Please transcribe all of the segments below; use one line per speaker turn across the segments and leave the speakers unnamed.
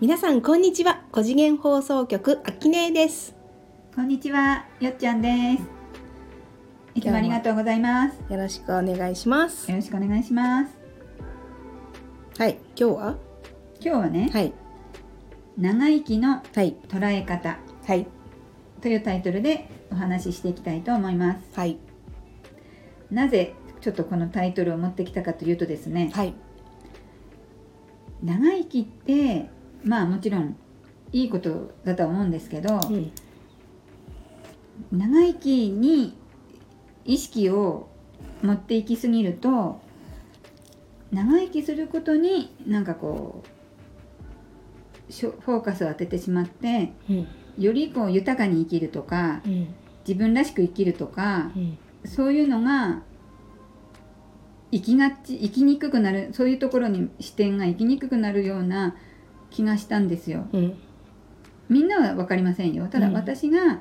皆さんこんにちは五次元放送局あきねえです
こんにちは、よっちゃんです。いつもありがとうございます。
よろしくお願いします
よろしくお願いします。
はい今日は
今日はね、
はい
長生きの
はい
捉え方
はい
というタイトルでお話ししていきたいと思います。
はい
なぜちょっとこのタイトルを持ってきたかというとですね、
はい
長生きってまあもちろんいいことだとは思うんですけど、
うん
長生きに意識を持っていきすぎると長生きすることになんかこうしょフォーカスを当ててしまって
うん
よりこう豊かに生きるとか
うん
自分らしく生きるとか
うん
そういうのが生きがち生きにくくなるそういうところに視点が行きにくくなるような気がしたんですよ。
うん
みんなは分かりませんよただ
うん
私が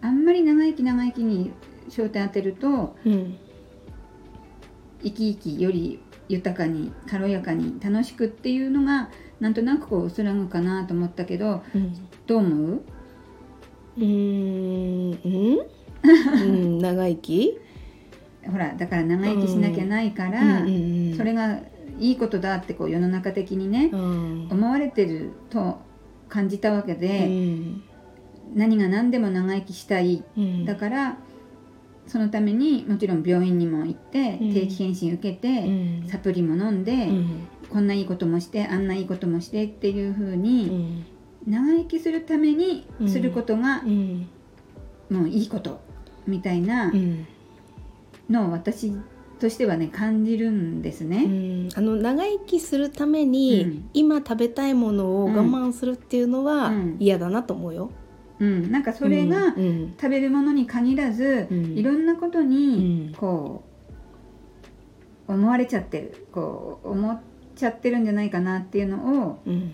あんまり長生き長生きに焦点当てると
うん
生き生きより豊かに軽やかに楽しくっていうのがなんとなくこう薄らぐかなと思ったけど
うん
どう思う
うーんうんうん長生き
ほらだから長生きしなきゃないから、
うんうん
それがいいことだってこう世の中的にね
う、ん
思われてると感じたわけ
う
で、
ん
何が何でも長生きしたい
うん
だからそのためにもちろん病院にも行って
うん
定期検診受けて、
うん
サプリも飲んで、
うん
こんないいこともしてあんないいこともしてっていう風
う
に、
ん
長生きするために
うん
することが
うん
もういいことみたいな
うん
のを私としてはね感じるんです
う
ね。
んあの長生きするために、
うん
今食べたいものを我慢するっていうのは
うん
嫌だなと思うよ。
うん、なんかそれが
うん
食べるものに限らず、
うん
いろんなこと
う
に
ん
こう思われちゃってるこう思っちゃってるんじゃないかなっていうのを、
うん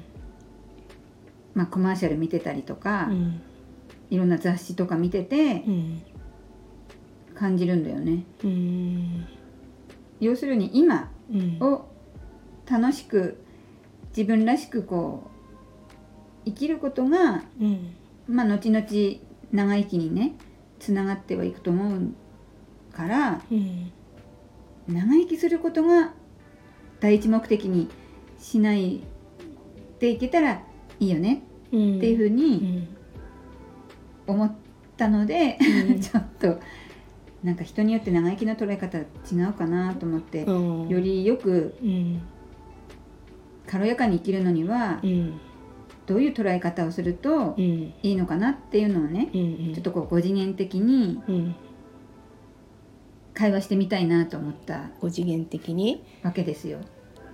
まあ、コマーシャル見てたりとか、
うん
いろんな雑誌とか見てて
うん
感じるんだよね。
うん
要するに今
うん
を楽しく自分らしくこう生きることが、
うん
まあ、後々長生きにねつながってはいくと思うから
うん
長生きすることが第一目的にしないでいけたらいいよね
うん
っていうふう
う
に
ん
思ったので、
うん
ちょっとなんか人によって長生きの捉え方違うかなと思って、よ
うん
りよく
うん
軽やかに生きるのには
うん
どういう捉え方をすると、
うん
いいのかなっていうのをね
うんうん
ちょっとこう5次元的に
うん
会話してみたいなと思った
五次元的に
わけですよ。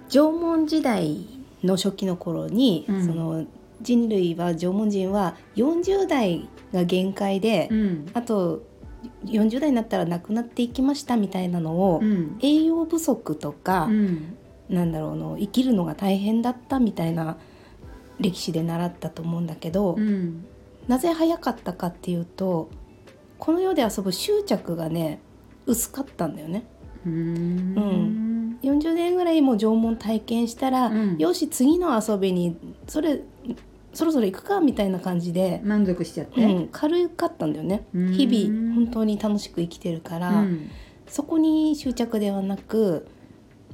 縄文時代の初期の頃に、
うん
その人類は縄文人は40代が限界で、
うん、
あと40代になったらなくなっていきましたみたいなのを、
うん、
栄養不足とか
う、ん、
なんだろうあの生きるのが大変だったみたいな歴史で習ったと思うんだけど、
うん、
なぜ早かったかっていうとこの世で遊ぶ執着がね薄かったんだよね
うん、うん、
40年ぐらいもう縄文体験したら、
うん
よし次の遊びにそれそろそろ行くかみたいな感じで、
満足しちゃって、
うん、軽かったんだよね
うん
日々本当に楽しく生きてるから、
うん、
そこに執着ではなく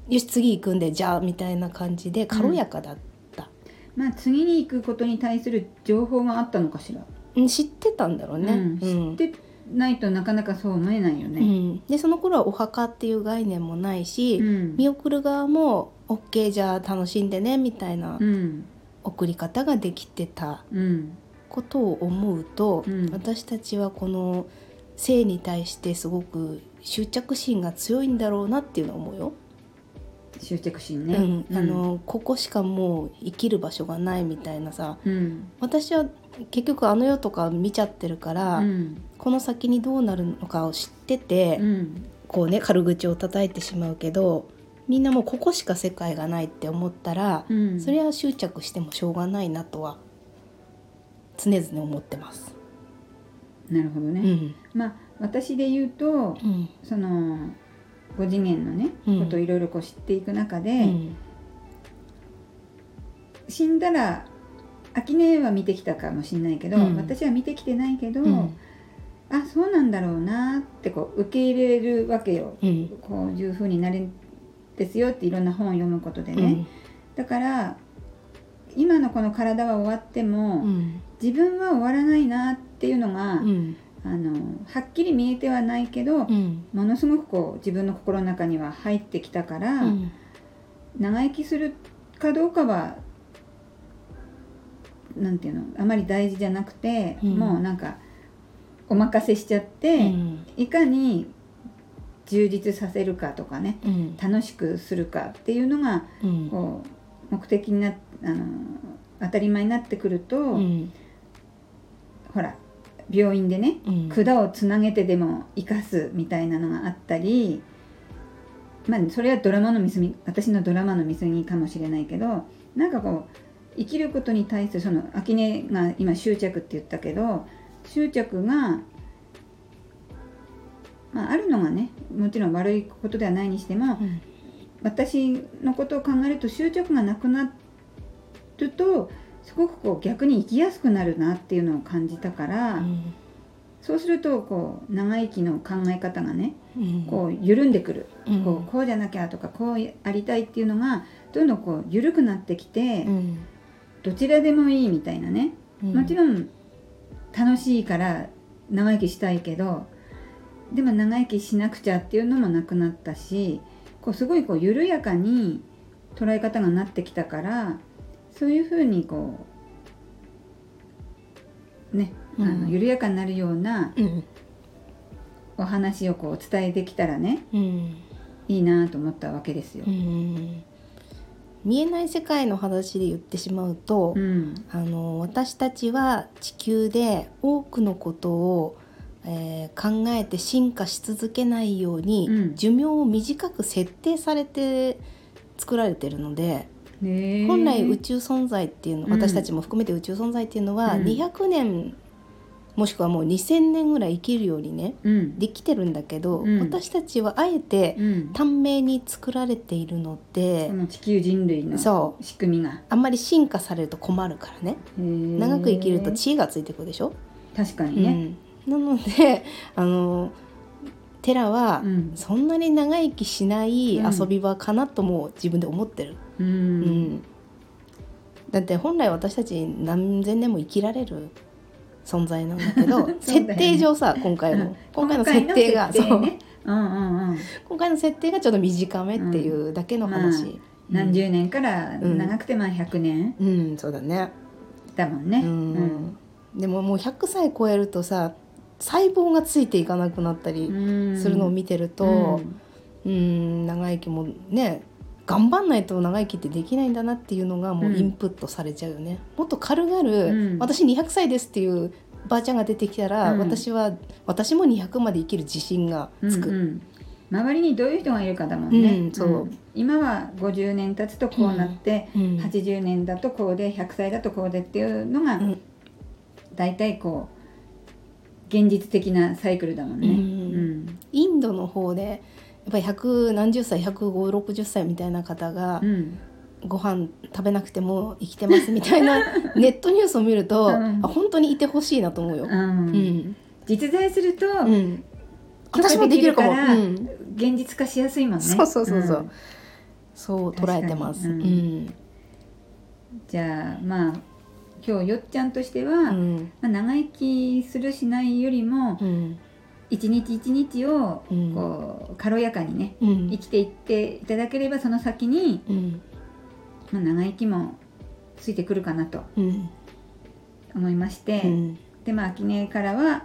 よし次行くんでじゃあみたいな感じで軽やかだった、
まあ次に行くことに対する情報があったのかしら。
うん知ってたんだろうね、
うん、
うん
知ってないとなかなかそう思えないよ
う
ね。
んでその頃はお墓っていう概念もないし、
うん、
見送る側も OK じゃあ楽しんでねみたいな
うん、
送り方ができてた
うん、
ことを思うと、
うん
私たちはこの性に対してすごく執着心が強いんだろうなっていうのは思うよ。
執着心ね。
うん、あ、のここしかもう生きる場所がないみたいなさ
うん、
私は結局あの世とか見ちゃってるから、
うん、
この先にどうなるのかを知ってて、
うん、
こうね軽口を叩いてしまうけどみんなもうここしか世界がないって思ったら、
うん、
それは執着してもしょうがないなとは常々思ってます。
なるほど
う
ね。
ん
まあ私で言うと
うん
その5次元のね、
うん
ことをいろいろこう知っていく中で、
うん
死んだら秋音は見てきたかもしれないけど、
うん
私は見てきてないけど、
うん
あそうなんだろうなってこう受け入れるわけよ
うん
こういう風になれんですよっていろんな本を読むことで
う
ね、
ん
だから今のこの体は終わっても、
うん
自分は終わらないなっていうのが、
うん
あのはっきり見えてはないけど、
うん
ものすごくこう自分の心の中には入ってきたから、
うん
長生きするかどうかはなんていうのあまり大事じゃなくて、
うん
もうなんかお任せしちゃって、
うん
いかに充実させるかとかね
うん
楽しくするかっていうのが
うん
こう目的になあの当たり前になってくると、
うん
ほら病院でね
うん
管をつなげてでも生かすみたいなのがあったり、まあ、それはドラマの見過ぎ私のドラマの見過ぎかもしれないけどなんかこう生きることに対するその秋音が今執着って言ったけど執着が、まあ、あるのがねもちろん悪いことではないにしても
うん
私のことを考えると執着がなくなるとすごくこう逆に生きやすくなるなっていうのを感じたから。
うん
そうするとこう長生きの考え方がね
うん
こう緩んでくる、
うん
こうこうじゃなきゃとかこうありたいっていうのがどんどんこう緩くなってきて、
うん
どちらでもいいみたいなね、
うん
もちろん楽しいから長生きしたいけどでも長生きしなくちゃっていうのもなくなったしこうすごいこう緩やかに捉え方がなってきたからそういうふうにこうねあ
う
の
ん
緩やかになるような、
うん
お話をこうお伝えできたらね
うん
いいなと思ったわけですよ
う。ん見えない世界の話で言ってしまうと、
うん
あの私たちは地球で多くのことを、えー考えて進化し続けないように、
うん
寿命を短く設定されて作られてるので、
ねえ
本来宇宙存在っていうの
うん
私たちも含めて宇宙存在っていうのは、
うん
200年もしくはもう2,000年ぐらい生きるようにね
うん
できてるんだけど、
うん
私たちはあえて
うん
短命に作られているので
こ、の地球人類の
そう
仕組みが
あんまり進化されると困るからね長
長
く生きると知恵がついてくるでしょ、
確かにね。
うん、なので あのテラは、
うん
そんなに長生きしない
うん
遊び場かなとも自分で思ってる、
う
うん
ん
だって本来私たち何千年も生きられる存在なんだけど
そうだよ
設
ね
定上さ今回の、
うん
今回の設定が
今
そう
回の設定ねうんうんうん
今回の設定がちょっと短めっていうだけの話、
うん何十年から
うん
長くてまあ100年
うんそうだね
だもんね。
う
うん
んでももう100歳超えるとさ細胞がついていかなくなったり
うん
するのを見てると、うん、長生きもね頑張んないと長生きってできないんだなっていうのがもう
うん
インプットされちゃうよね。もっと軽々、
うん
私200歳ですっていうばあちゃんが出てきたら、
うん
私は私も200まで生きる自信が
うん
つく。
うんうん周りにどういう人がいるかだもんね。
うんそう
今は50年経つとこうなって、
うん
80年だとこうで100歳だとこうでっていうのが
うん
大体こう現実的なサイクルだもんね。
うんインドの方でやっぱり100何十歳15060歳みたいな方が
うんうん
ご飯食べなくても生きてますみたい なネットニュースを見ると、
うん
あ本当にいてほしいなと思うよ。
うん
うん
実在すると
うん、
許可
私もできるかも。
できるから
うん
現実化しやすいもんね。
そうそうそうそう、
ん
そう捉えてます。う
確か
ん
にじゃあまあ今日よっちゃんとして
う
は、ま
ん
あ、長生きするしないよりも
うん
一日一日を
うん
こう軽やかにね
う
生
ん
きていっていただければその先に、
うん
まあ、長生きもついてくるかなと
うん
思いまして。
うん
でまあ秋音からは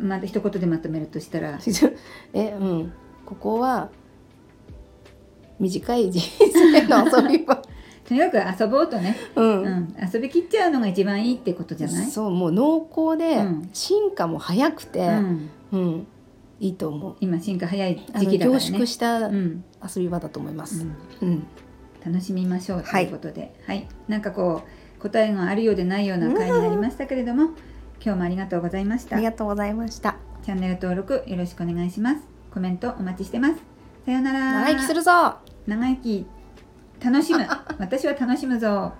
まあ一言でまとめるとしたら
えうんここは短い人生の遊び場。
とにかく遊ぼ うとね、
うん
うん、遊びきっちゃうのが一番いいってことじゃない
そうもう濃厚で
うん
進化も早くて、
うん、
うんいいと思う。
今進化早い
あの
時期だから
凝
ね
縮した
う
遊
ん
び場だと思います。
うん
うん、
楽しみましょうということで、はいなんかこう答えがあるようでないような回になりましたけれども今日もありがとうございまし
あ
た
り
チ
がとうございました。
ャンネル登録よろしくお願いしますコメントお待ちしてますさようなら
長生きするぞ。
長生き楽しむ私は楽しむぞ